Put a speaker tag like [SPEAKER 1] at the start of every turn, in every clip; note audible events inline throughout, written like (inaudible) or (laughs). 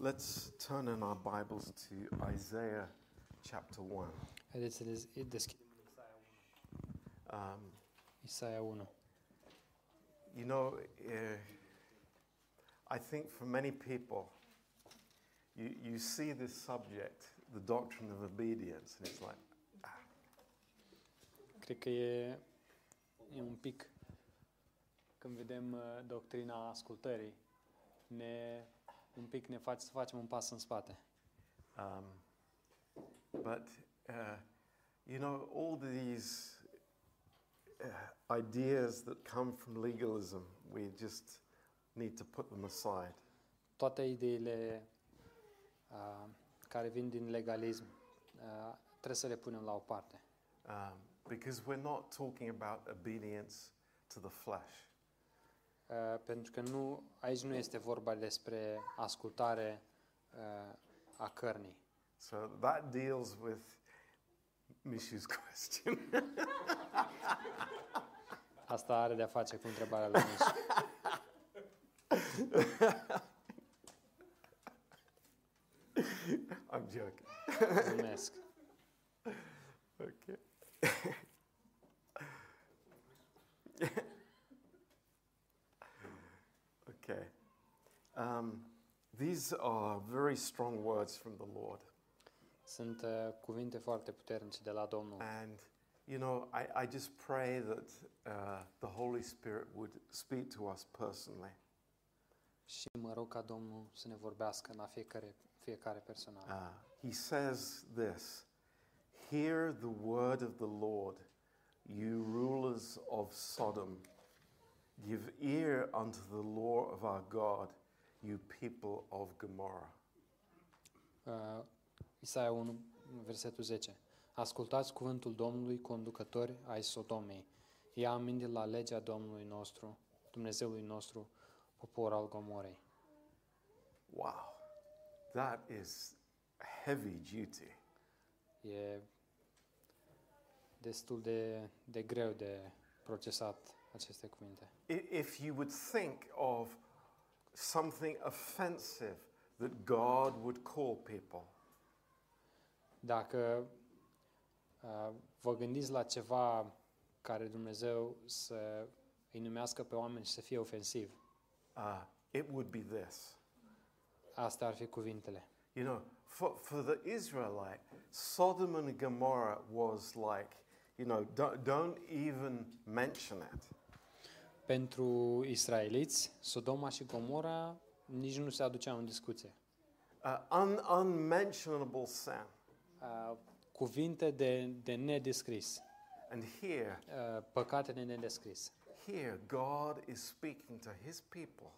[SPEAKER 1] Let's turn in our Bibles to Isaiah chapter 1.
[SPEAKER 2] Haideți să ne deschidem în Isaia 1.
[SPEAKER 1] Um,
[SPEAKER 2] Isaia 1.
[SPEAKER 1] you know, eh, I think for many people, you, you see this subject, the doctrine of obedience, and it's like,
[SPEAKER 2] Cred că e, e un pic, când vedem uh, doctrina ascultării, ne, un pic ne face să facem un pas în spate.
[SPEAKER 1] um, but, uh, you know, all these uh, ideas that come from legalism, we just need to put them aside.
[SPEAKER 2] Toate ideile uh, care vin din legalism uh, trebuie să le punem la o parte.
[SPEAKER 1] Um, because we're not talking about obedience to the flesh.
[SPEAKER 2] Uh, pentru că nu, aici nu este vorba despre ascultare uh, a cărnii.
[SPEAKER 1] So that deals with Mishu's (laughs) question.
[SPEAKER 2] Asta are de-a face cu întrebarea lui Miș.
[SPEAKER 1] I'm joking.
[SPEAKER 2] Mulțumesc.
[SPEAKER 1] Okay. (laughs) okay. Um, these are very strong words from the Lord.
[SPEAKER 2] Sunt uh, cuvinte foarte puternice de la Domnul
[SPEAKER 1] And, you know, I, I just pray that uh, the Holy Spirit would speak to us personally.
[SPEAKER 2] și mă rog ca Domnul să ne vorbească la fiecare, fiecare personal.
[SPEAKER 1] Uh, he says this Hear the word of the Lord, you rulers of Sodom. Give ear unto the law of our God, you people of Gomorrah.
[SPEAKER 2] Uh, Isaia 1, versetul 10. Ascultați cuvântul Domnului, conducători ai Sodomei. Ia aminte la legea Domnului nostru, Dumnezeului nostru, popor al Gomorei.
[SPEAKER 1] Wow, that is heavy duty.
[SPEAKER 2] E destul de, de greu de procesat aceste cuvinte.
[SPEAKER 1] I- If you would think of something offensive that God would call people,
[SPEAKER 2] Dacă uh, vă gândiți la ceva care Dumnezeu să îi numească pe oameni și să fie ofensiv,
[SPEAKER 1] uh, it would be this.
[SPEAKER 2] astea ar fi cuvintele.
[SPEAKER 1] You know, for, for the Israelite, Sodom and Gomorrah was like, you know, don't, don't even mention it.
[SPEAKER 2] Pentru israeliți, Sodoma și Gomora nici nu se aduceau în discuție.
[SPEAKER 1] Uh, un, unmentionable sin.
[SPEAKER 2] Uh, cuvinte de, de nedescris,
[SPEAKER 1] And here,
[SPEAKER 2] uh, păcate de nedescris.
[SPEAKER 1] here, God is speaking to his people.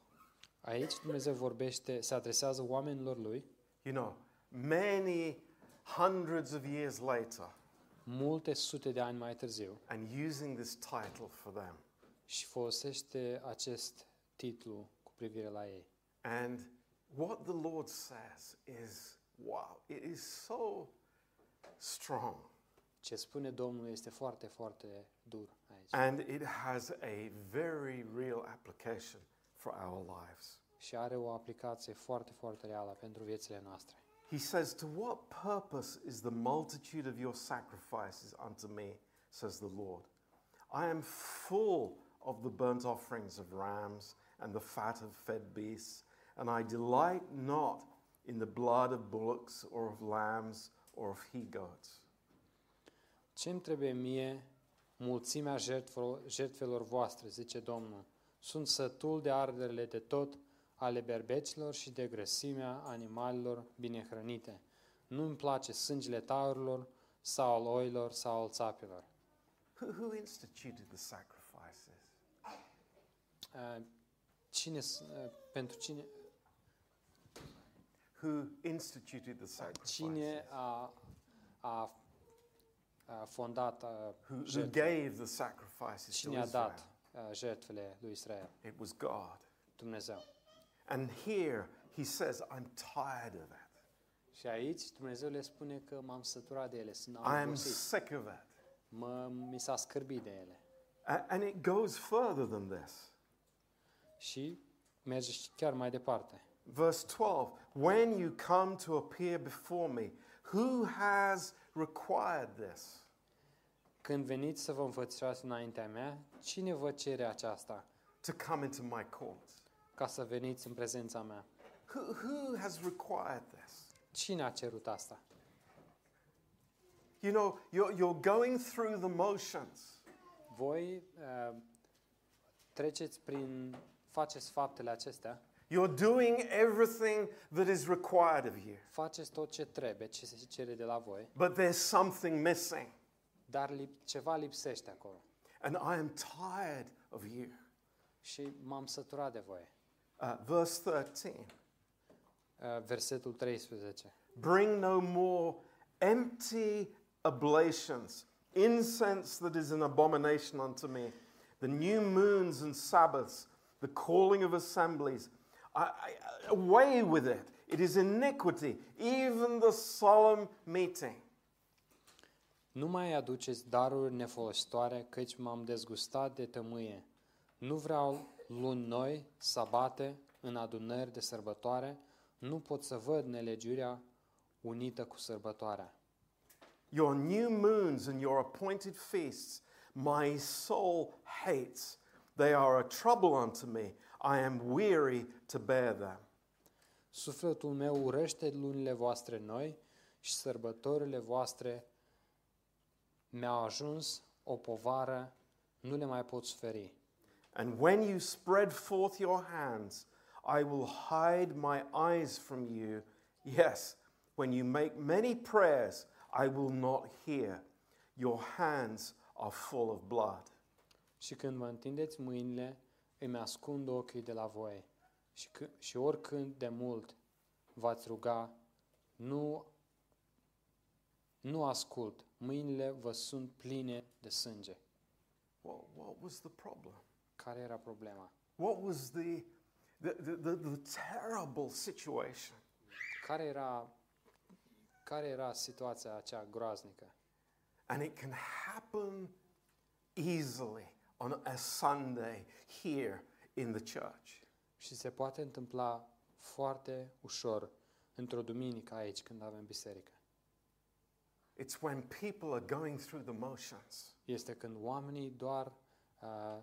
[SPEAKER 2] Aici Dumnezeu vorbește, se adresează oamenilor lui
[SPEAKER 1] You know, many hundreds of years later,
[SPEAKER 2] multe sute de ani mai târziu
[SPEAKER 1] and using this title for them.
[SPEAKER 2] și folosește acest titlu cu privire la ei.
[SPEAKER 1] And what the Lord says is, wow, it is so strong.
[SPEAKER 2] Ce spune Domnul este foarte, foarte dur aici.
[SPEAKER 1] And it has a very real application for our lives.
[SPEAKER 2] Și are o aplicație foarte, foarte reală pentru viețile noastre.
[SPEAKER 1] He says, To what purpose is the multitude of your sacrifices unto me, says the Lord? I am full of the burnt offerings of rams and the fat of fed beasts, and I delight not in the blood of bullocks or of lambs or of he goats.
[SPEAKER 2] Ce îmi trebuie mie mulțimea jertfelor, jertfelor voastre, zice Domnul. Sunt sătul de arderile de tot, ale berbecilor și de grăsimea animalelor bine hrănite. Nu îmi place sângele taurilor sau al oilor sau al țapilor.
[SPEAKER 1] Who, who instituted the sacrifices?
[SPEAKER 2] Uh, Cine, s- uh, pentru cine,
[SPEAKER 1] Who instituted the sacrifices?
[SPEAKER 2] cine a, a, a fondat uh,
[SPEAKER 1] who, who
[SPEAKER 2] jertfele?
[SPEAKER 1] gave the sacrifices to
[SPEAKER 2] Cine a
[SPEAKER 1] Israel.
[SPEAKER 2] dat uh, jertfele lui Israel?
[SPEAKER 1] It was God.
[SPEAKER 2] Dumnezeu.
[SPEAKER 1] And here he says, I'm tired of it.
[SPEAKER 2] Și aici Dumnezeu le spune că m-am săturat de ele, sunt
[SPEAKER 1] I
[SPEAKER 2] am
[SPEAKER 1] am
[SPEAKER 2] obosit,
[SPEAKER 1] sick of it.
[SPEAKER 2] mă, mi s-a scârbit de ele.
[SPEAKER 1] A- And it goes further than this.
[SPEAKER 2] Și merge și chiar mai departe.
[SPEAKER 1] Verse 12 When you come to appear before me, who has required this?
[SPEAKER 2] Când veniți să vă înfățișați înaintea mea, cine vă cere aceasta
[SPEAKER 1] To come into my courts.
[SPEAKER 2] ca să veniți în prezența mea?
[SPEAKER 1] Who, who has required this?
[SPEAKER 2] Cine a cerut asta?
[SPEAKER 1] You know, you're, you're going through the motions.
[SPEAKER 2] Voi uh, treceți prin, faceți faptele acestea,
[SPEAKER 1] You're doing everything that is required of you.
[SPEAKER 2] faceți tot ce trebuie, ce se cere de la voi,
[SPEAKER 1] But there's something missing.
[SPEAKER 2] dar lip, ceva lipsește acolo.
[SPEAKER 1] And I am tired of you.
[SPEAKER 2] Și m-am săturat de voi.
[SPEAKER 1] Uh, verse 13
[SPEAKER 2] Uh, versetul 13.
[SPEAKER 1] Bring no more empty oblations, incense that is an abomination unto me, the new moons and Sabbaths, the calling of assemblies. I, I, away with it. It is iniquity, even the solemn meeting.
[SPEAKER 2] Nu mai aduceți daruri nefolositoare, căci m-am dezgustat de tămâie. Nu vreau luni noi, sabate, în adunări de sărbătoare, nu pot să văd nelegiurea unită cu sărbătoarea.
[SPEAKER 1] Your new moons and your appointed feasts, my soul hates. They are a trouble unto me. I am weary to bear them.
[SPEAKER 2] Sufletul meu urăște lunile voastre noi și sărbătorile voastre mi-au ajuns o povară, nu le mai pot suferi.
[SPEAKER 1] And when you spread forth your hands, I will hide my eyes from you. Yes, when you make many prayers, I will not hear. Your hands are full of blood.
[SPEAKER 2] Și când vă întindeți mâinile, îmi ascund ochii de la voi. Și, c- și oricând de mult v-ați ruga, nu, nu ascult. Mâinile vă sunt pline de sânge.
[SPEAKER 1] What, what was the problem?
[SPEAKER 2] Care era problema?
[SPEAKER 1] What was the, the, the, the, the terrible situation?
[SPEAKER 2] Care era, care era situația aceea groaznică?
[SPEAKER 1] And it can happen easily on a Sunday here in the church.
[SPEAKER 2] Și se poate întâmpla foarte ușor într-o duminică aici când avem biserică.
[SPEAKER 1] It's when people are going through the motions.
[SPEAKER 2] Este când oamenii doar uh,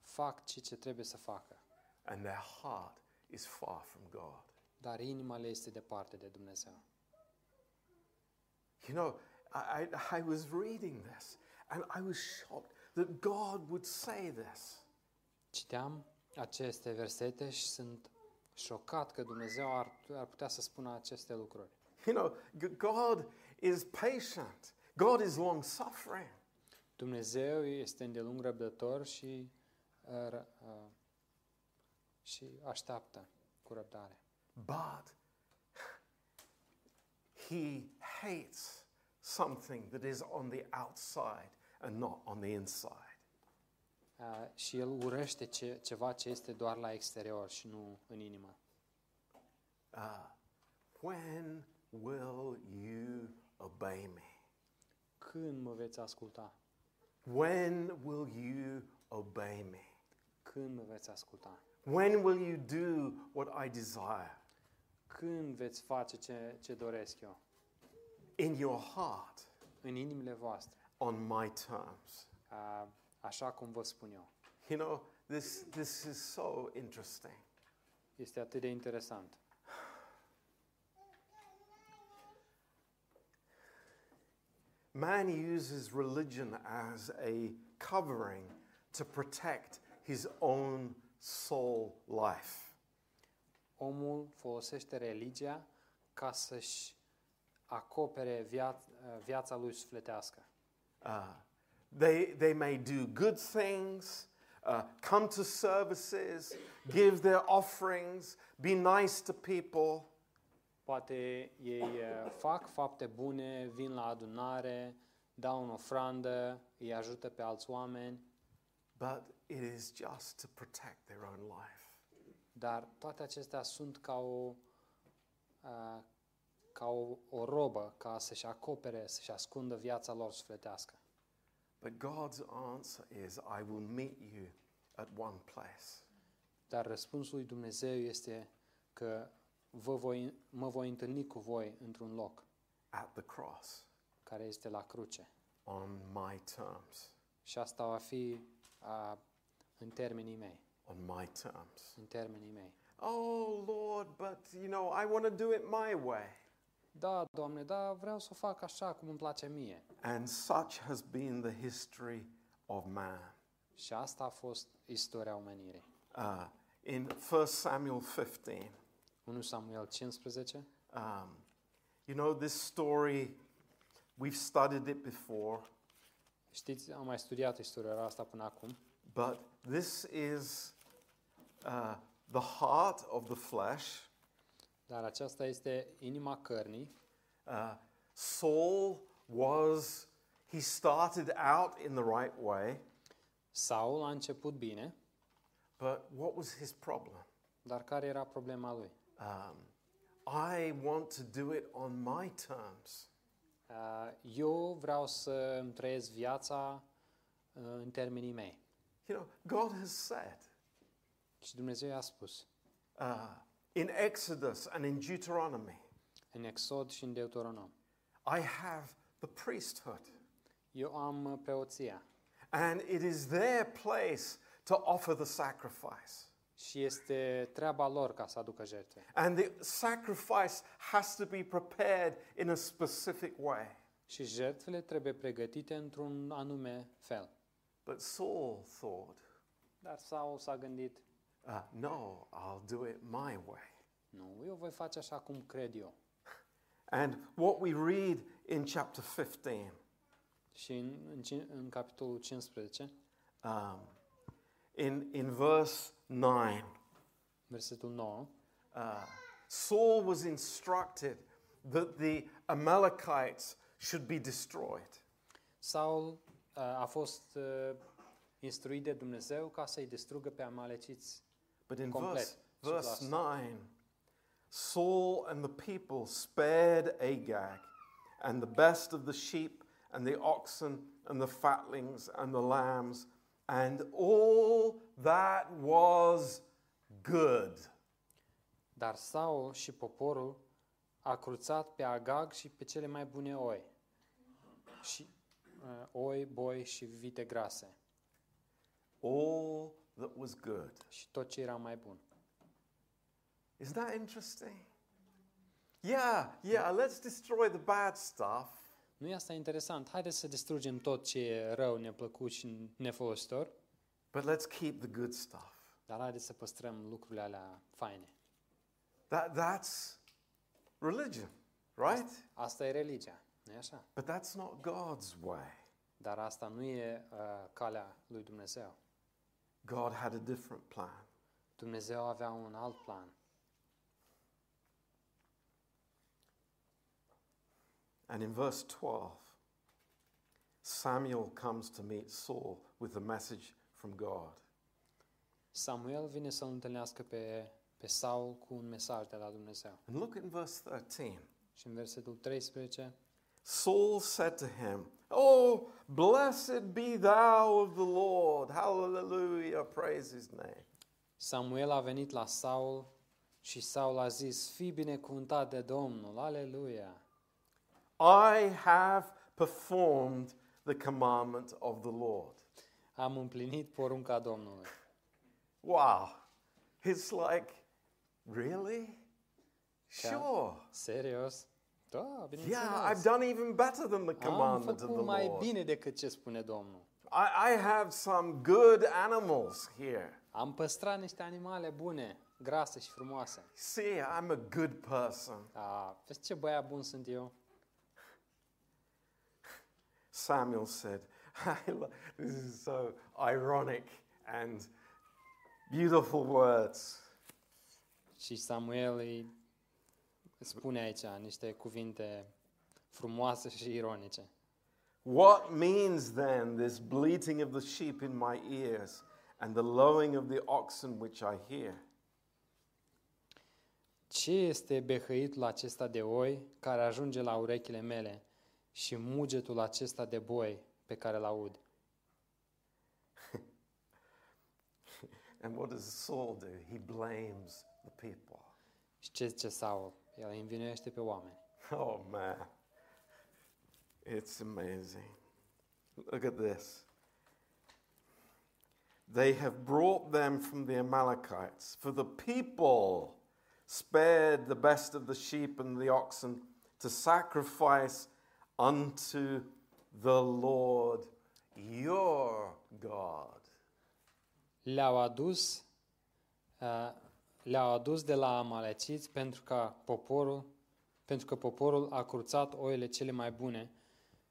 [SPEAKER 2] fac ce, ce trebuie să facă.
[SPEAKER 1] and their heart is far from God.
[SPEAKER 2] dar inima le este departe de Dumnezeu.
[SPEAKER 1] You know, I, I, I was reading this and I was shocked that God would say this.
[SPEAKER 2] Citeam aceste versete și sunt șocat că Dumnezeu ar, ar putea să spună aceste lucruri.
[SPEAKER 1] You know, G- God is patient, God is long suffering.
[SPEAKER 2] Dumnezeu este îndelung răbdător și, uh, ră- uh, și așteaptă cu răbdare.
[SPEAKER 1] But He hates something that is on the outside and not on the inside.
[SPEAKER 2] Uh, și El urăște ce, ceva ce este doar la exterior și nu în inimă.
[SPEAKER 1] Uh, When will you obey me?
[SPEAKER 2] Când mă veți asculta?
[SPEAKER 1] When will you obey me?
[SPEAKER 2] Când mă veți asculta?
[SPEAKER 1] When will you do what I desire?
[SPEAKER 2] Când veți face ce, ce doresc eu?
[SPEAKER 1] In your heart,
[SPEAKER 2] În inimile voastre.
[SPEAKER 1] on my terms.
[SPEAKER 2] A, așa cum vă spun eu.
[SPEAKER 1] You know, this, this is so interesting.
[SPEAKER 2] Este atât de interesant.
[SPEAKER 1] Man uses religion as a covering to protect his own soul life.
[SPEAKER 2] Omul folosește religia ca să-și acopere via- viața lui sufletească.
[SPEAKER 1] Uh, they, they may do good things, uh, come to services, give their offerings, be nice to people.
[SPEAKER 2] Poate ei eh, fac fapte bune, vin la adunare, dau în ofrandă, îi ajută pe alți oameni,
[SPEAKER 1] but it is just to protect their own life.
[SPEAKER 2] dar toate acestea sunt ca o, a, ca o, o robă, ca să-și acopere, să-și ascundă viața lor sufletească.
[SPEAKER 1] But God's answer is, I will meet you at one place.
[SPEAKER 2] Dar răspunsul lui Dumnezeu este că vă voi, mă voi întâlni cu voi într-un loc
[SPEAKER 1] at the cross
[SPEAKER 2] care este la cruce.
[SPEAKER 1] on my terms.
[SPEAKER 2] Și asta va fi a, în termenii mei.
[SPEAKER 1] On my terms.
[SPEAKER 2] În termenii mei.
[SPEAKER 1] Oh, Lord, but you know, I want to do it my way.
[SPEAKER 2] Da, Doamne, da, vreau să o fac așa cum îmi place mie.
[SPEAKER 1] And such has been the history of man.
[SPEAKER 2] Și asta a fost istoria omenirii.
[SPEAKER 1] Uh, in 1 Samuel 15,
[SPEAKER 2] 1 Samuel 15.
[SPEAKER 1] um, you know, this story, we've studied it before,
[SPEAKER 2] Știți, am mai studiat istoria asta până acum,
[SPEAKER 1] but this is uh, the heart of the flesh.
[SPEAKER 2] dar aceasta este inima cărnii.
[SPEAKER 1] Uh, Saul was, he started out in the right way,
[SPEAKER 2] Saul a început bine,
[SPEAKER 1] but what was his problem?
[SPEAKER 2] dar care era problema lui?
[SPEAKER 1] Um, I want to do it on my terms.
[SPEAKER 2] Uh, Eu vreau să îmi trăiesc viața uh, în termenii mei.
[SPEAKER 1] You know, God has said
[SPEAKER 2] Și Dumnezeu i-a spus
[SPEAKER 1] uh, in Exodus and in Deuteronomy,
[SPEAKER 2] în Exod și în Deuteronom.
[SPEAKER 1] I have the priesthood,
[SPEAKER 2] Eu am uh, preoția
[SPEAKER 1] and it is their place to offer the sacrifice.
[SPEAKER 2] și este treaba lor ca să aducă jertfe.
[SPEAKER 1] And the sacrifice has to be prepared in a specific way.
[SPEAKER 2] Și jertfele trebuie pregătite într-un anume fel.
[SPEAKER 1] But Saul thought,
[SPEAKER 2] Dar Saul s-a gândit,
[SPEAKER 1] uh, no, I'll do it my way.
[SPEAKER 2] nu, eu voi face așa cum cred eu.
[SPEAKER 1] And what we read in chapter 15
[SPEAKER 2] Și în, în, cin- în capitolul 15,
[SPEAKER 1] um, in, in verse 9,
[SPEAKER 2] versetul 9,
[SPEAKER 1] uh, Saul was instructed that the Amalekites should be destroyed.
[SPEAKER 2] Saul uh, a fost uh, instruit de Dumnezeu ca să-i destrugă pe amaleciți.
[SPEAKER 1] But in
[SPEAKER 2] Complet.
[SPEAKER 1] verse,
[SPEAKER 2] So
[SPEAKER 1] verse
[SPEAKER 2] last.
[SPEAKER 1] 9, Saul and the people spared Agag and the best of the sheep and the oxen and the fatlings and the lambs and all that was good.
[SPEAKER 2] Dar Saul și poporul a cruțat pe Agag și pe cele mai bune oi. Și uh, oi, boi și vite grase
[SPEAKER 1] All that was good.
[SPEAKER 2] și tot ce era mai bun.
[SPEAKER 1] Isn't that interesting? Yeah, yeah, let's destroy the bad stuff,
[SPEAKER 2] Nu e asta interesant? Haideți să distrugem tot ce e rău, neplăcut și nefolositor,
[SPEAKER 1] but let's keep the good stuff.
[SPEAKER 2] dar haideți să păstrăm lucrurile alea faine.
[SPEAKER 1] That, that's religion, right?
[SPEAKER 2] Asta e religia, nu e așa?
[SPEAKER 1] But that's not God's way.
[SPEAKER 2] Dar asta nu e uh, calea lui Dumnezeu.
[SPEAKER 1] God had a different plan.
[SPEAKER 2] Dumnezeu avea un alt plan
[SPEAKER 1] And in verse 12, Samuel comes to meet Saul with the message from God.
[SPEAKER 2] Samuel vine să-l întâlnească pe, pe Saul cu un mesaj de la Dumnezeu.
[SPEAKER 1] And look in verse 13.
[SPEAKER 2] Și în versetul 13,
[SPEAKER 1] Saul said to him, Oh, blessed be thou of the Lord. Hallelujah. Praise his name.
[SPEAKER 2] Samuel a venit la Saul și Saul a zis, Fii binecuvântat de Domnul, aleluia!
[SPEAKER 1] I have performed the commandment of the Lord.
[SPEAKER 2] Am împlinit porunca Domnului.
[SPEAKER 1] Wow. It's like, really? Sure.
[SPEAKER 2] Serios? Da, bineînțeles.
[SPEAKER 1] Yeah, I've done even better than the
[SPEAKER 2] Am
[SPEAKER 1] commandment of the
[SPEAKER 2] făcut mai
[SPEAKER 1] Lord.
[SPEAKER 2] bine decât ce spune Domnul.
[SPEAKER 1] I, I have some good animals here.
[SPEAKER 2] Am păstrat niște animale bune, grase și frumoase.
[SPEAKER 1] See, I'm a good person.
[SPEAKER 2] A, vezi ce băiat bun sunt eu?
[SPEAKER 1] Samuel said, (laughs) I lo- This is so ironic and beautiful words.
[SPEAKER 2] Și Samuel îi spune aici niște cuvinte frumoase și ironice.
[SPEAKER 1] What means then this bleating of the sheep in my ears and the lowing of the oxen which I hear?
[SPEAKER 2] Ce este behăitul acesta de oi care ajunge la urechile mele și mugetul acesta de boi pe care îl aud?
[SPEAKER 1] And what does Saul do? He blames the people.
[SPEAKER 2] Și ce zice Saul? El îi învinuiește pe oameni.
[SPEAKER 1] (laughs) Oh man, it's amazing. Look at this. They have brought them from the Amalekites, for the people spared the best of the sheep and the oxen to sacrifice unto the Lord your God.
[SPEAKER 2] Le-au adus, uh, le-au adus de la amaleciți pentru ca poporul, pentru că poporul a curțat oile cele mai bune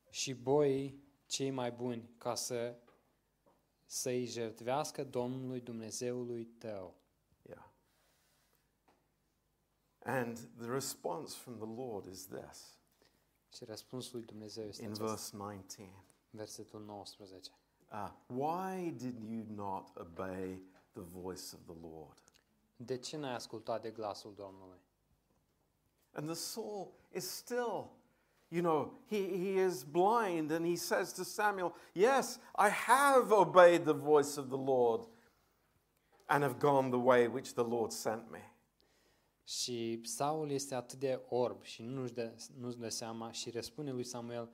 [SPEAKER 2] și boii cei mai buni ca să să-i jertvească Domnului Dumnezeului tău.
[SPEAKER 1] Yeah. And the response from the Lord is this
[SPEAKER 2] Și răspunsul lui Dumnezeu este
[SPEAKER 1] in
[SPEAKER 2] acesta,
[SPEAKER 1] verse 19.
[SPEAKER 2] versetul 19.
[SPEAKER 1] Uh, why did you not obey the voice of the Lord?
[SPEAKER 2] De ce n-ai ascultat de glasul Domnului?
[SPEAKER 1] And the soul is still, you know, he, he is blind and he says to Samuel, Yes, I have obeyed the voice of the Lord and have gone the way which the Lord sent me.
[SPEAKER 2] Și Saul este atât de orb și nu-și dă, nu-și dă seama și răspune lui Samuel,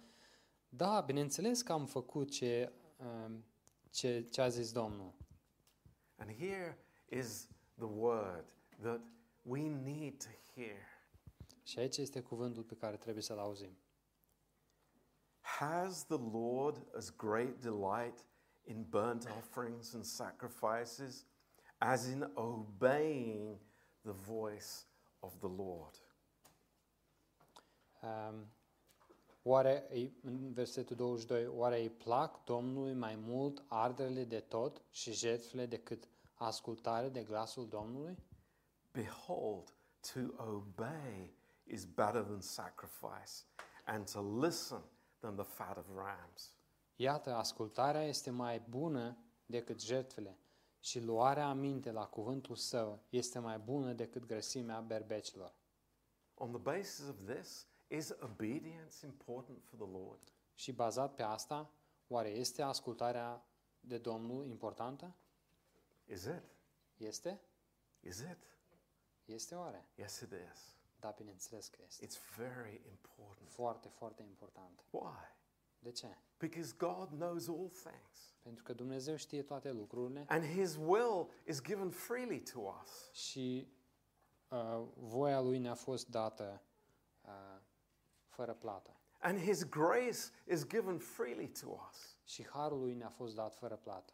[SPEAKER 2] da, bineînțeles că am făcut ce, um, ce, ce a zis Domnul.
[SPEAKER 1] And here is the word that we need to hear.
[SPEAKER 2] Și aici este cuvântul pe care trebuie să-l auzim.
[SPEAKER 1] Has the Lord as great delight in burnt offerings and sacrifices as in obeying the voice of the Lord?
[SPEAKER 2] Um, oare, îi- în versetul 22, oare îi plac Domnului mai mult arderele de tot și jertfele decât ascultare de glasul Domnului?
[SPEAKER 1] Behold, to obey is better than sacrifice, and to listen than the fat of rams.
[SPEAKER 2] Iată, ascultarea este mai bună decât jertfele și luarea aminte la cuvântul său este mai bună decât grăsimea berbecilor.
[SPEAKER 1] On the basis of this, is obedience important for the Lord?
[SPEAKER 2] Și bazat pe asta, oare este ascultarea de Domnul importantă?
[SPEAKER 1] Is it?
[SPEAKER 2] Este?
[SPEAKER 1] Is it?
[SPEAKER 2] Este oare?
[SPEAKER 1] Yes, it is.
[SPEAKER 2] Da, bineînțeles că este.
[SPEAKER 1] It's very important.
[SPEAKER 2] Foarte, foarte important.
[SPEAKER 1] Why?
[SPEAKER 2] De ce?
[SPEAKER 1] Because God knows all things,
[SPEAKER 2] Pentru că Dumnezeu știe toate lucrurile
[SPEAKER 1] and His will is given freely to us.
[SPEAKER 2] și uh, voia Lui ne-a fost dată uh, fără plată.
[SPEAKER 1] And His grace is given freely to us.
[SPEAKER 2] Și harul Lui ne-a fost dat fără plată.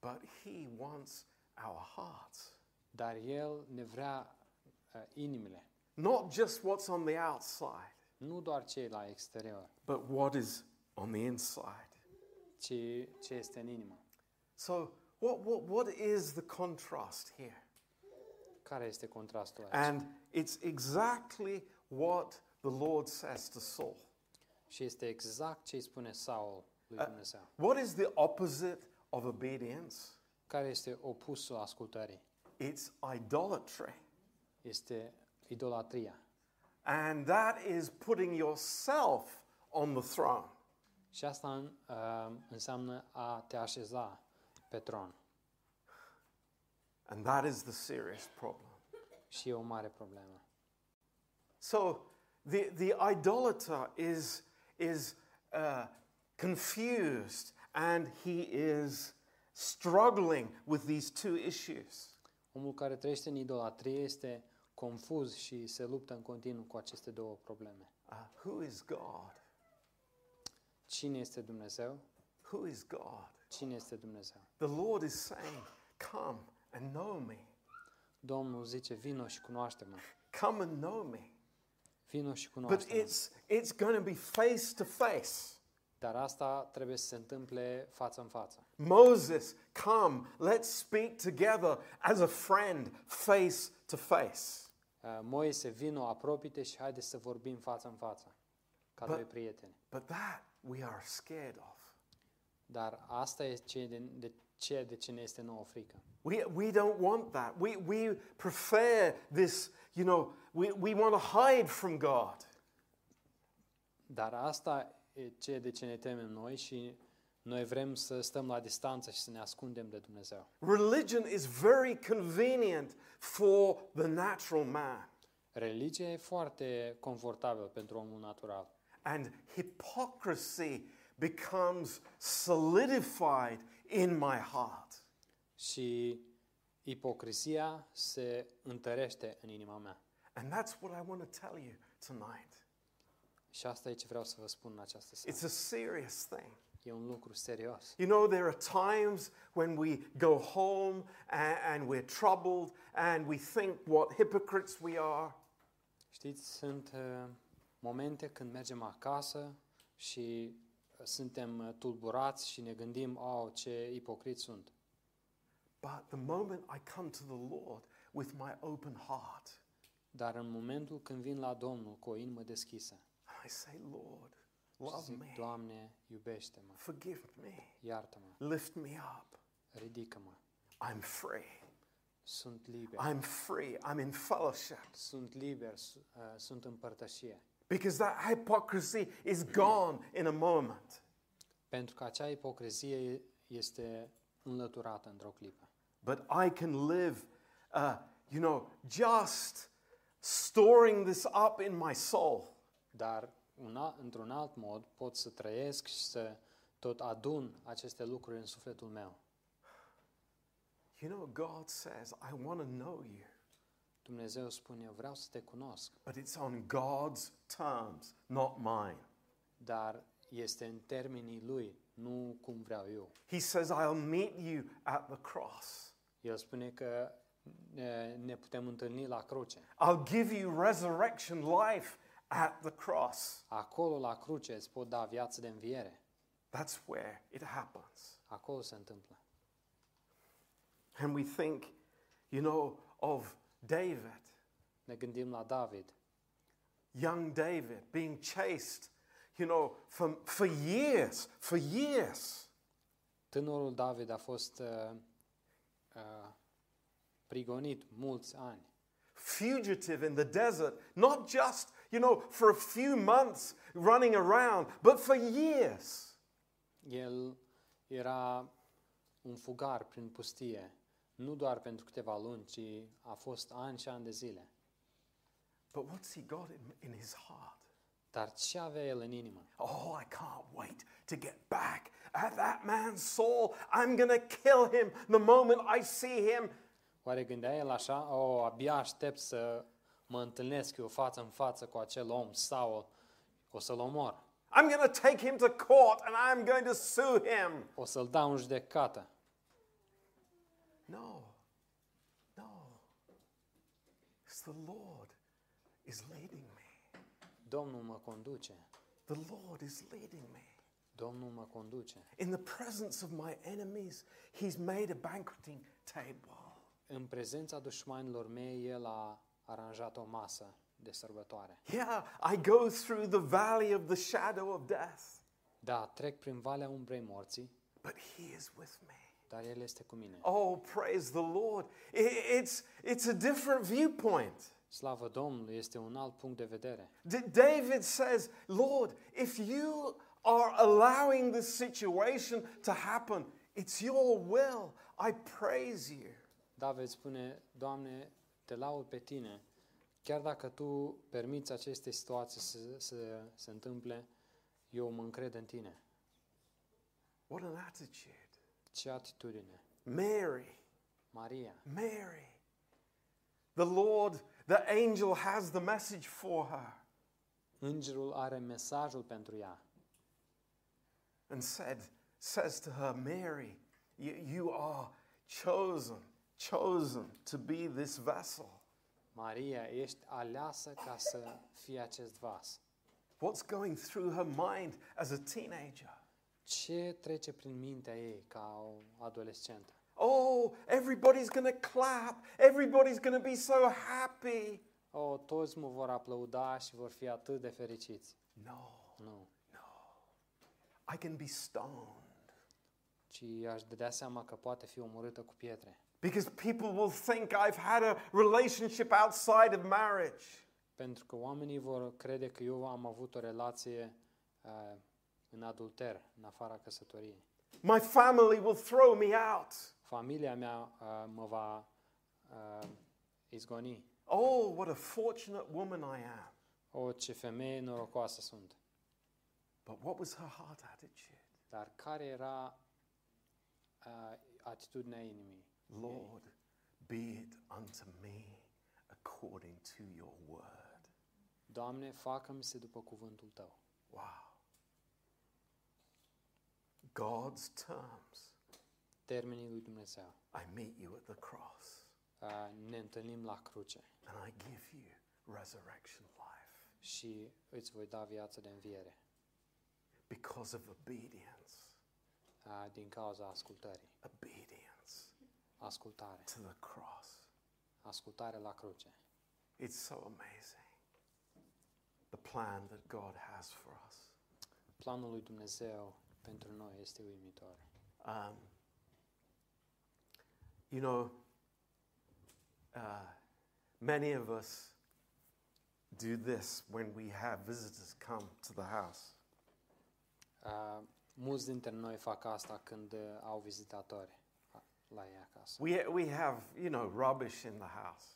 [SPEAKER 1] But He wants our hearts.
[SPEAKER 2] Dar El ne vrea uh, inimile,
[SPEAKER 1] not just what's on the outside,
[SPEAKER 2] nu doar cei la exterior,
[SPEAKER 1] but what is on the inside.
[SPEAKER 2] ci ce este în inimă.
[SPEAKER 1] So, what, what, what is the contrast here?
[SPEAKER 2] Care este contrastul aici?
[SPEAKER 1] And it's exactly what the Lord says to Saul.
[SPEAKER 2] Și este exact ce îi spune Saul lui Dumnezeu.
[SPEAKER 1] What is the opposite of obedience?
[SPEAKER 2] Care este opusul ascultării?
[SPEAKER 1] It's idolatry.
[SPEAKER 2] Este idolatria.
[SPEAKER 1] And that is putting yourself on the throne.
[SPEAKER 2] Și asta în, uh, înseamnă a te așeza pe tron.
[SPEAKER 1] And that is the serious problem.
[SPEAKER 2] Și e o mare problemă.
[SPEAKER 1] So the, the idolater is, is uh, confused and he is struggling with these two issues.
[SPEAKER 2] Omul care trăiește în idolatrie este confuz și se luptă în continuu cu aceste două probleme.
[SPEAKER 1] Uh, who is God?
[SPEAKER 2] Cine este Dumnezeu?
[SPEAKER 1] Who is God?
[SPEAKER 2] Cine este Dumnezeu?
[SPEAKER 1] The Lord is saying, Come and know me.
[SPEAKER 2] Domnul zice, vino și cunoaște-mă.
[SPEAKER 1] Come and know me.
[SPEAKER 2] Vino și
[SPEAKER 1] But
[SPEAKER 2] cunoaște-mă.
[SPEAKER 1] it's, it's going to be face to face.
[SPEAKER 2] Dar asta trebuie să se întâmple față în față.
[SPEAKER 1] Moses, come, let's speak together as a friend, face to face.
[SPEAKER 2] Uh, Moise, vino, apropite și haide să vorbim față în față, ca doi prieteni.
[SPEAKER 1] But that we are scared of.
[SPEAKER 2] Dar asta e ce de, de, ce de ce ne este nouă frică.
[SPEAKER 1] We, we don't want that. We, we prefer this, you know, we, we want to hide from God.
[SPEAKER 2] Dar asta e ce de ce ne temem noi și noi vrem să stăm la distanță și să ne ascundem de Dumnezeu.
[SPEAKER 1] Religion is very convenient for the natural man.
[SPEAKER 2] Religia e foarte confortabil pentru omul natural.
[SPEAKER 1] And hypocrisy becomes solidified in my heart.
[SPEAKER 2] Și ipocrizia se întărește în inima mea.
[SPEAKER 1] And that's what I want to tell you tonight.
[SPEAKER 2] Și asta e ce vreau să vă spun în această seară.
[SPEAKER 1] It's a serious thing.
[SPEAKER 2] E un lucru serios.
[SPEAKER 1] You know, there are times when we go home and, and we're troubled and we think what hypocrites we are.
[SPEAKER 2] Știți, sunt uh, momente când mergem acasă și suntem uh, tulburați și ne gândim, au, ce ipocrit sunt.
[SPEAKER 1] But the moment I come to the Lord with my open heart,
[SPEAKER 2] Dar în momentul când vin la Domnul cu o inimă deschisă,
[SPEAKER 1] I say, Lord,
[SPEAKER 2] și
[SPEAKER 1] love
[SPEAKER 2] zic,
[SPEAKER 1] me,
[SPEAKER 2] Doamne, iubește-mă,
[SPEAKER 1] forgive me,
[SPEAKER 2] iartă-mă,
[SPEAKER 1] lift me up.
[SPEAKER 2] ridică-mă,
[SPEAKER 1] I'm free.
[SPEAKER 2] sunt liber,
[SPEAKER 1] I'm free. I'm in fellowship.
[SPEAKER 2] sunt liber, s- uh, sunt în părtășie.
[SPEAKER 1] Because that hypocrisy is gone in a moment.
[SPEAKER 2] Pentru că acea ipocrizie e- este înlăturată într-o clipă.
[SPEAKER 1] But I can live, uh, you know, just storing this up in my soul.
[SPEAKER 2] Dar una, într-un alt mod pot să trăiesc și să tot adun aceste lucruri în sufletul meu.
[SPEAKER 1] You know, God says, I want to know you,
[SPEAKER 2] Dumnezeu spune, eu vreau să te cunosc,
[SPEAKER 1] but it's on God's terms, not mine.
[SPEAKER 2] dar este în termenii Lui, nu cum vreau eu.
[SPEAKER 1] He says, I'll meet you at the cross.
[SPEAKER 2] El spune că ne, ne putem întâlni la cruce.
[SPEAKER 1] I'll give you resurrection life at the cross.
[SPEAKER 2] Acolo, la cruce, îți pot da viață de înviere.
[SPEAKER 1] That's where it happens.
[SPEAKER 2] Acolo se întâmplă.
[SPEAKER 1] And we think, you know, of David,
[SPEAKER 2] Ne gândim la David,
[SPEAKER 1] young David, being chased, you know, for, for years, for years.
[SPEAKER 2] Tânărul David a fost uh, uh, prigonit mulți ani,
[SPEAKER 1] fugitive in the desert, not just, you know, for a few months running around, but for years.
[SPEAKER 2] El era un fugar prin pustie, nu doar pentru câteva luni, ci a fost ani și ani de zile.
[SPEAKER 1] But what's he got in, in his heart?
[SPEAKER 2] Dar ce avea el în inimă?
[SPEAKER 1] Oh, I can't wait to get back at that man Saul. I'm going to kill him the moment I see him.
[SPEAKER 2] Oare gândea el așa, o, oh, abia aștept să mă întâlnesc eu față în față cu acel om, Saul, o să-l omor,
[SPEAKER 1] I'm going to take him to court and I'm going to sue him.
[SPEAKER 2] o să-l dau în judecată.
[SPEAKER 1] No, no. It's the Lord is leading me.
[SPEAKER 2] Domnul mă conduce,
[SPEAKER 1] The Lord is leading me.
[SPEAKER 2] Domnul mă conduce.
[SPEAKER 1] In the presence of my enemies, he's made a banqueting table.
[SPEAKER 2] În prezența dușmanilor mei, el a aranjat o masă de sărbătoare.
[SPEAKER 1] Yeah, I go through the valley of the shadow of death,
[SPEAKER 2] Da, trec prin valea umbrei morții,
[SPEAKER 1] but he is with me.
[SPEAKER 2] dar El este cu mine.
[SPEAKER 1] Oh, praise the Lord. I- It's, it's a different viewpoint.
[SPEAKER 2] Slavă Domnului este un alt punct de vedere.
[SPEAKER 1] D- David says, Lord, if you are allowing this situation to happen, it's your will. I praise you.
[SPEAKER 2] David spune, Doamne, te laud pe Tine, chiar dacă Tu permiți aceste situații să, să se întâmple, eu mă încred în Tine.
[SPEAKER 1] What an attitude.
[SPEAKER 2] Ce atitudine!
[SPEAKER 1] Mary,
[SPEAKER 2] Maria,
[SPEAKER 1] Mary. The Lord, the angel has the message for her
[SPEAKER 2] îngerul are mesajul pentru ea
[SPEAKER 1] and said, says to her, Mary, you, you are chosen, chosen to be this vessel.
[SPEAKER 2] Maria, ești aleasă ca să fii acest vas.
[SPEAKER 1] What's going through her mind as a teenager?
[SPEAKER 2] Ce trece prin mintea ei ca o adolescentă?
[SPEAKER 1] Oh, everybody's going to clap. Everybody's going to be so happy.
[SPEAKER 2] Oh, toți mă vor aplauda și vor fi atât de fericiți.
[SPEAKER 1] No,
[SPEAKER 2] Nu.
[SPEAKER 1] I can be stoned
[SPEAKER 2] Ci aș dădea seama că poate fi omorâtă cu pietre.
[SPEAKER 1] because people will think I've had a relationship outside of marriage.
[SPEAKER 2] Pentru că oamenii vor crede că eu am avut o relație uh, în adulter, în afara căsătoriei.
[SPEAKER 1] My family will throw me out.
[SPEAKER 2] Familia mea uh, mă va uh, izgoni.
[SPEAKER 1] Oh, what a fortunate woman I am.
[SPEAKER 2] O, ce femeie norocoasă sunt!
[SPEAKER 1] But what was her heart attitude?
[SPEAKER 2] Dar care era a, atitudinea inimii?
[SPEAKER 1] Lord, be it unto me according to your word.
[SPEAKER 2] Doamne, facă-mi se după cuvântul Tău.
[SPEAKER 1] Wow. God's terms.
[SPEAKER 2] Termenii lui Dumnezeu.
[SPEAKER 1] I meet you at the cross
[SPEAKER 2] A, Ne întâlnim la cruce
[SPEAKER 1] and I give you resurrection life.
[SPEAKER 2] și îți voi da viață de înviere
[SPEAKER 1] because of obedience.
[SPEAKER 2] a, din cauza ascultării.
[SPEAKER 1] Obedience
[SPEAKER 2] Ascultare.
[SPEAKER 1] to the cross.
[SPEAKER 2] Ascultare la cruce.
[SPEAKER 1] It's so amazing. The plan that God has for us.
[SPEAKER 2] Planul lui Dumnezeu pentru noi este uimitor.
[SPEAKER 1] Um, you know, uh, many of us do this when we have visitors come to the house.
[SPEAKER 2] A, Mulți dintre noi fac asta când a, au vizitatori a, la ei acasă.
[SPEAKER 1] We, we have, you know, rubbish in the house.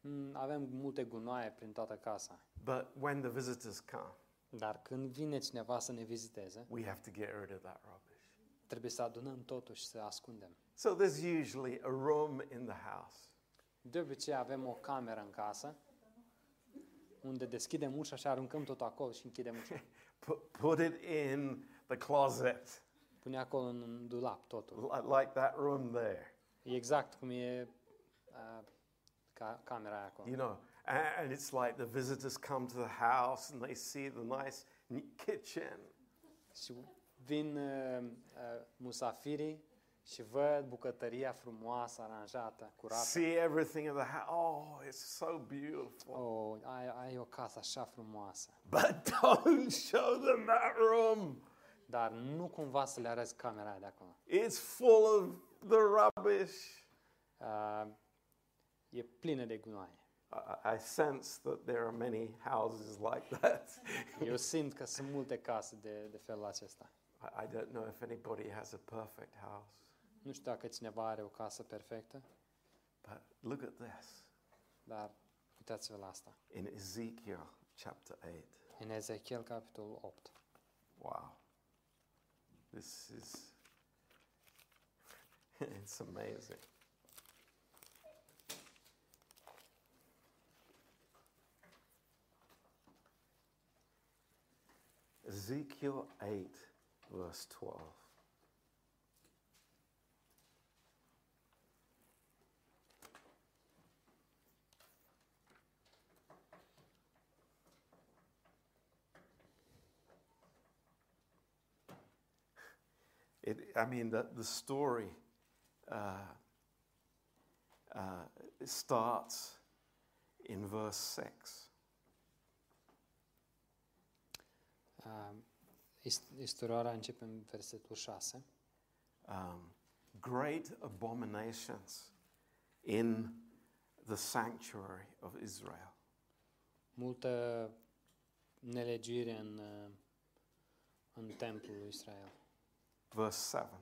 [SPEAKER 2] Mm, Avem multe gunoaie prin toată casa.
[SPEAKER 1] But when the visitors come,
[SPEAKER 2] Dar când vine cineva să ne viziteze,
[SPEAKER 1] we have to get rid of that rubbish.
[SPEAKER 2] trebuie să adunăm totul și să ascundem.
[SPEAKER 1] So there's usually a room in the house
[SPEAKER 2] De obicei avem o cameră în casă unde deschidem ușa și aruncăm tot acolo și închidem ușa.
[SPEAKER 1] put, put it in the closet,
[SPEAKER 2] Pune acolo în dulap totul.
[SPEAKER 1] li- like that room there,
[SPEAKER 2] E exact cum e a, ca, camera aia acolo.
[SPEAKER 1] you know. And, and it's like the visitors come to the house and they see the nice neat kitchen.
[SPEAKER 2] Și vin a, a, musafirii și văd bucătăria frumoasă, aranjată, curată.
[SPEAKER 1] See everything of the house. Oh, it's so beautiful.
[SPEAKER 2] Oh, ai, ai o casă așa frumoasă.
[SPEAKER 1] But (laughs) don't show them that room.
[SPEAKER 2] Dar nu cumva să le arăți camera aia de acolo.
[SPEAKER 1] It's full of the rubbish.
[SPEAKER 2] Uh, e plină de gunoaie.
[SPEAKER 1] I, I sense that there are many houses like that.
[SPEAKER 2] Eu simt că sunt multe case de, de felul acesta.
[SPEAKER 1] I, I don't know if anybody has a perfect house.
[SPEAKER 2] Nu știu dacă cineva are o casă perfectă,
[SPEAKER 1] But look at this
[SPEAKER 2] dar uitați-vă la asta.
[SPEAKER 1] in Ezekiel chapter 8.
[SPEAKER 2] În Ezechiel, capitolul 8.
[SPEAKER 1] Wow. This is (laughs) it's amazing. Ezekiel 8 verse 12. It, I mean, the, the story uh, uh, starts in verse 6.
[SPEAKER 2] Uh, ist- istorioara începe în versetul 6.
[SPEAKER 1] um, great abominations in the sanctuary of Israel.
[SPEAKER 2] Multă nelegiuire în, uh, în templul lui Israel.
[SPEAKER 1] Verse 7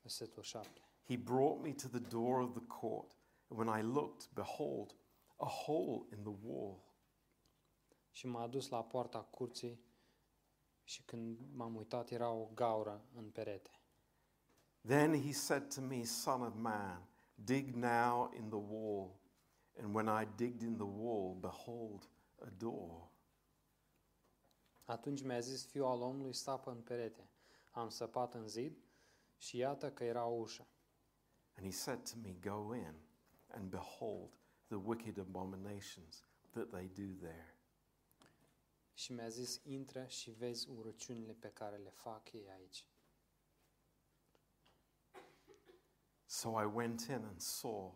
[SPEAKER 2] Versetul 7.
[SPEAKER 1] He brought me to the door of the court, and when I looked, behold, a hole in the wall,
[SPEAKER 2] Și m-a dus la poarta curții și când m-am uitat era o gaură în perete.
[SPEAKER 1] Then he said to me, Son of man, dig now in the wall. And when I digged in the wall, behold, a door.
[SPEAKER 2] Atunci mi-a zis, fiul al omului, sapă în perete. Am săpat în zid și iată că era o ușă.
[SPEAKER 1] And he said to me, Go in, and behold the wicked abominations that they do there.
[SPEAKER 2] Și mi-a zis, intră și vezi urăciunile pe care le fac ei aici.
[SPEAKER 1] So I went in and saw,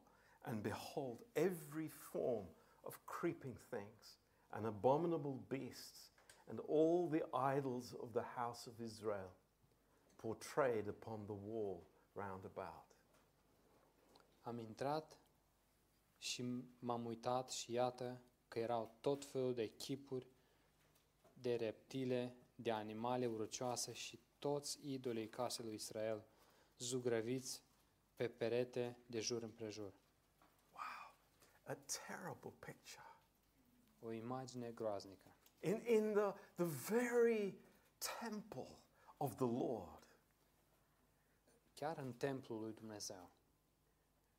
[SPEAKER 1] and behold, every form of creeping things and abominable beasts, and all the idols of the house of Israel portrayed upon the wall round about.
[SPEAKER 2] Am intrat și m-am uitat și iată că erau tot felul de chipuri, de reptile, de animale urăcioase și toți idolii casei lui Israel, zugrăviți pe perete de jur împrejur.
[SPEAKER 1] a terrible picture.
[SPEAKER 2] O imagine groaznică.
[SPEAKER 1] In, in the, the very temple of the Lord.
[SPEAKER 2] Chiar în templul lui Dumnezeu.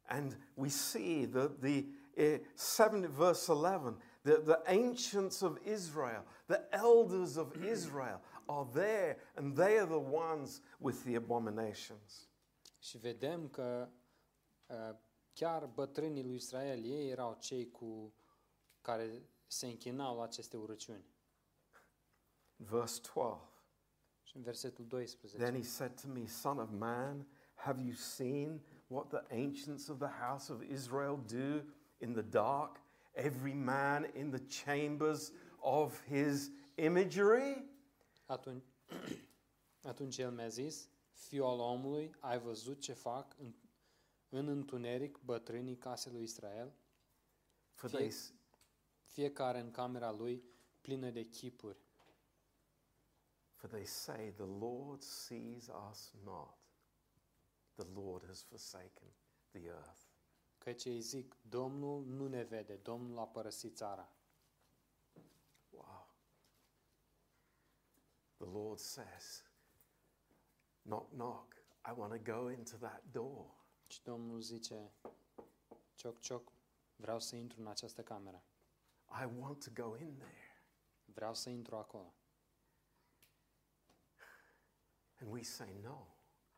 [SPEAKER 1] And we see that the uh, 7 verse 11, the, the ancients of Israel, the elders of Israel are there, and they are the ones with the abominations.
[SPEAKER 2] Și vedem că uh, chiar bătrânii lui Israel, ei erau cei cu care se închinau la aceste urăciuni.
[SPEAKER 1] Verse 12.
[SPEAKER 2] Și în versetul 12.
[SPEAKER 1] Then he said to me, Son of man, have you seen what the ancients of the house of Israel do in the dark, every man in the chambers of his imagery?
[SPEAKER 2] Atunci, (clears throat) atunci el mi-a zis, fiul al omului, ai văzut ce fac în, în întuneric bătrânii casei lui Israel,
[SPEAKER 1] For
[SPEAKER 2] Fie-
[SPEAKER 1] they, s-
[SPEAKER 2] fiecare în camera lui plină de chipuri,
[SPEAKER 1] for they say, The Lord sees us not. The Lord has forsaken the earth.
[SPEAKER 2] căci ei zic, Domnul nu ne vede, Domnul a părăsit țara.
[SPEAKER 1] Wow. The Lord says, Knock, knock. I want to go into that door.
[SPEAKER 2] Și Domnul zice, cioc, cioc, vreau să intru în această cameră,
[SPEAKER 1] I want to go in there.
[SPEAKER 2] vreau să intru acolo.
[SPEAKER 1] And we say, No,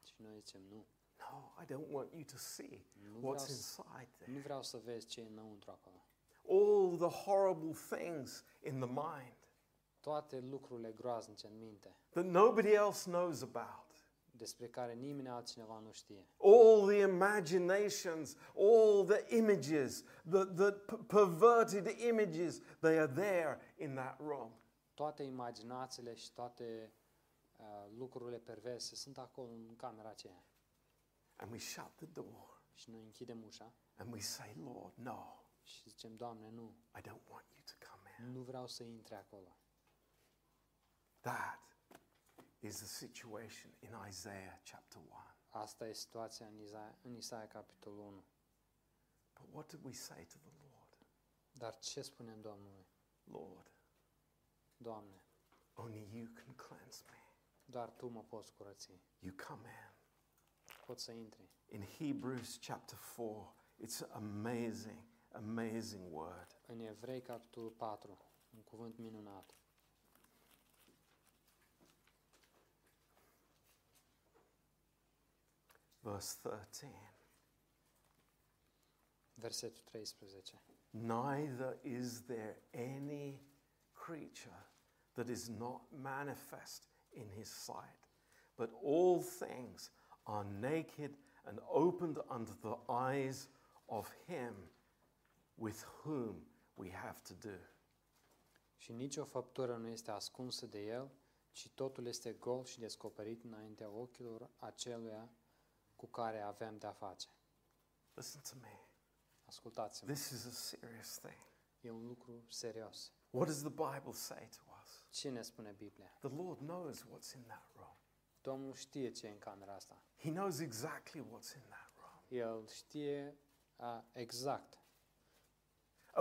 [SPEAKER 2] Și noi zicem, nu,
[SPEAKER 1] no, I don't want you to see
[SPEAKER 2] nu vreau,
[SPEAKER 1] what's
[SPEAKER 2] să,
[SPEAKER 1] inside there.
[SPEAKER 2] nu vreau să vezi ce e înăuntru acolo.
[SPEAKER 1] all the horrible things in the mind
[SPEAKER 2] Toate lucrurile groaznice în minte,
[SPEAKER 1] that nobody else knows about,
[SPEAKER 2] despre care nimeni altcineva nu știe.
[SPEAKER 1] all the imaginations, all the images, the, the p- perverted images, they are there in that room.
[SPEAKER 2] toate imaginațiile și toate uh, lucrurile perverse sunt acolo în camera aceea.
[SPEAKER 1] And we shut the door
[SPEAKER 2] Și noi închidem ușa
[SPEAKER 1] and we say, Lord, no,
[SPEAKER 2] și zicem, Doamne, nu,
[SPEAKER 1] I don't want you to come in.
[SPEAKER 2] nu vreau să intre acolo.
[SPEAKER 1] That is the situation in Isaiah chapter 1.
[SPEAKER 2] Asta e situația în Isaia, în Isaia capitolul 1.
[SPEAKER 1] But what did we say to the
[SPEAKER 2] Dar ce spunem Domnului?
[SPEAKER 1] Lord? Lord,
[SPEAKER 2] Doamne,
[SPEAKER 1] only you can cleanse me.
[SPEAKER 2] doar Tu mă poți curăți,
[SPEAKER 1] You come in.
[SPEAKER 2] poți să intri.
[SPEAKER 1] In Hebrews chapter 4, it's an amazing, amazing word.
[SPEAKER 2] În Evrei capitolul 4, un cuvânt minunat.
[SPEAKER 1] Verse 13.
[SPEAKER 2] Versetul 13.
[SPEAKER 1] Neither is there any creature that is not manifest in his sight, but all things are naked and opened unto the eyes of him with whom we have to do.
[SPEAKER 2] Și nicio făptură nu este ascunsă de el, ci totul este gol și descoperit înaintea ochilor aceluia cu care aveam de-a face.
[SPEAKER 1] Listen to me.
[SPEAKER 2] Ascultați-mă,
[SPEAKER 1] This is a serious thing.
[SPEAKER 2] e un lucru serios.
[SPEAKER 1] What does the Bible say to us?
[SPEAKER 2] Ce ne spune Biblia?
[SPEAKER 1] The Lord knows what's in that room.
[SPEAKER 2] Domnul știe ce e în camera asta.
[SPEAKER 1] He knows exactly what's in that
[SPEAKER 2] El știe a, exact.
[SPEAKER 1] room.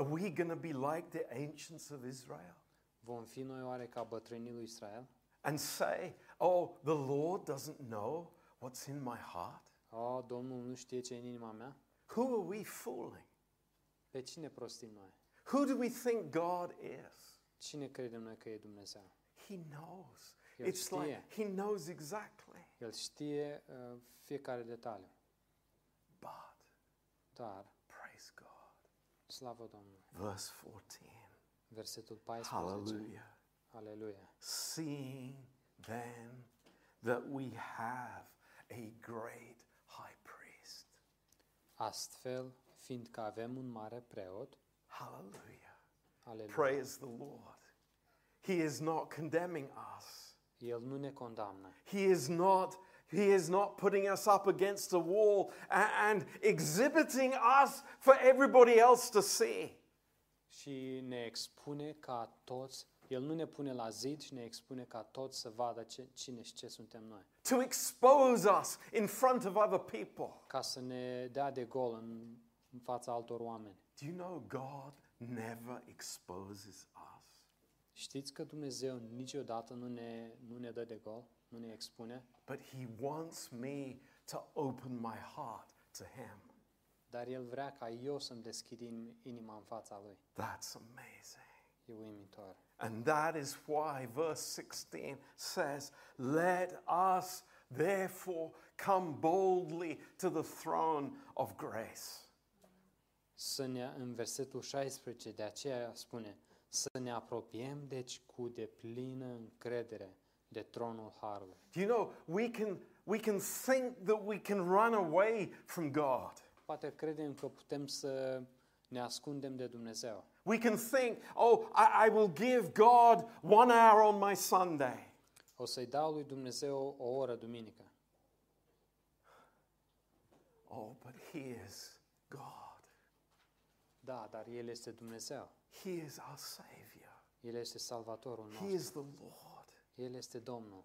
[SPEAKER 1] Are we going to be like the ancients of Israel
[SPEAKER 2] Vom fi noi oare ca bătrânii lui Israel?
[SPEAKER 1] and say, oh, the Lord doesn't know what's in my heart?
[SPEAKER 2] O, Domnul nu știe ce e în inima mea?
[SPEAKER 1] Who are we fooling?
[SPEAKER 2] Pe cine prostim noi?
[SPEAKER 1] Who do we think God is?
[SPEAKER 2] Cine credem noi că e Dumnezeu?
[SPEAKER 1] He knows.
[SPEAKER 2] El
[SPEAKER 1] it's like
[SPEAKER 2] știe.
[SPEAKER 1] He knows exactly.
[SPEAKER 2] El știe uh, fiecare detaliu.
[SPEAKER 1] But
[SPEAKER 2] Dar,
[SPEAKER 1] praise God.
[SPEAKER 2] slavă Domnului!
[SPEAKER 1] Verse 14.
[SPEAKER 2] Versetul 14.
[SPEAKER 1] Hallelujah.
[SPEAKER 2] Aleluia.
[SPEAKER 1] Seeing then that we have a great high priest.
[SPEAKER 2] Astfel, fiindcă avem un mare preot,
[SPEAKER 1] Hallelujah.
[SPEAKER 2] aleluia,
[SPEAKER 1] Praise the Lord. He is not condemning us.
[SPEAKER 2] el nu ne condamnă.
[SPEAKER 1] He is not he is not putting us up against a wall a- and exhibiting us for everybody else to see.
[SPEAKER 2] Și ne expune ca toți, el nu ne pune la zid și ne expune ca toți să vadă ce, cine și ce suntem noi.
[SPEAKER 1] To expose us in front of other people.
[SPEAKER 2] Ca să ne dea de gol în, în fața altor oameni.
[SPEAKER 1] Do you know God never exposes us?
[SPEAKER 2] Știți că Dumnezeu niciodată nu ne, nu ne dă de gol, nu ne expune,
[SPEAKER 1] But He wants me to open my heart to Him.
[SPEAKER 2] dar El vrea ca eu să-mi deschid in- inima în fața Lui.
[SPEAKER 1] That's amazing.
[SPEAKER 2] E uimitor.
[SPEAKER 1] And that is why verse 16 says, Let us therefore come boldly to the throne of grace.
[SPEAKER 2] Să ne, în versetul 16, de aceea spune, să ne apropiem deci cu deplină încredere de tronul Harului.
[SPEAKER 1] Do You know, we can, we can think that we can run away from God.
[SPEAKER 2] Poate credem că putem să ne ascundem de Dumnezeu.
[SPEAKER 1] We can think, oh, I, I will give God one hour on my Sunday.
[SPEAKER 2] O să-i dau lui Dumnezeu o oră duminică.
[SPEAKER 1] Oh, but He is God,
[SPEAKER 2] Da, dar El este Dumnezeu.
[SPEAKER 1] He is our Savior,
[SPEAKER 2] El este Salvatorul nostru.
[SPEAKER 1] He is the Lord,
[SPEAKER 2] El este Domnul.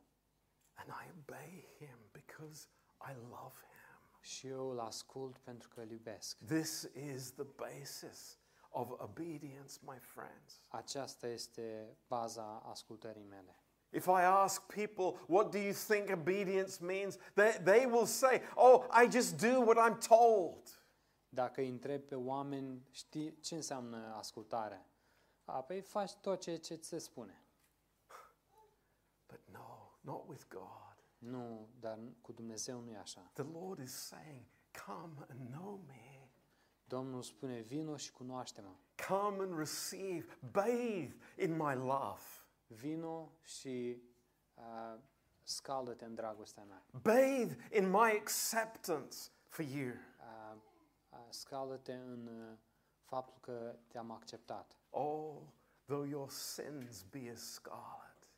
[SPEAKER 1] and I obey Him because I love Him.
[SPEAKER 2] Și eu îl ascult pentru că îl iubesc.
[SPEAKER 1] This is the basis of obedience, my friends.
[SPEAKER 2] Aceasta este baza ascultării mele.
[SPEAKER 1] If I ask people, what do you think obedience means? They, they will say, oh, I just do what I'm told.
[SPEAKER 2] Dacă îi întreb pe oameni, știi ce înseamnă ascultare? A, păi faci tot ce, ce ți se spune.
[SPEAKER 1] But no, not with God.
[SPEAKER 2] Nu, dar cu Dumnezeu nu e așa.
[SPEAKER 1] The Lord is saying, come and know me.
[SPEAKER 2] Domnul spune, vino și cunoaște-mă.
[SPEAKER 1] Come and receive, bathe in my love,
[SPEAKER 2] Vino și uh, scaldă-te în dragostea mea.
[SPEAKER 1] bathe in my acceptance for you.
[SPEAKER 2] Uh, uh, scaldă-te în uh, faptul că te-am acceptat.
[SPEAKER 1] Oh, though your sins be as scarlet,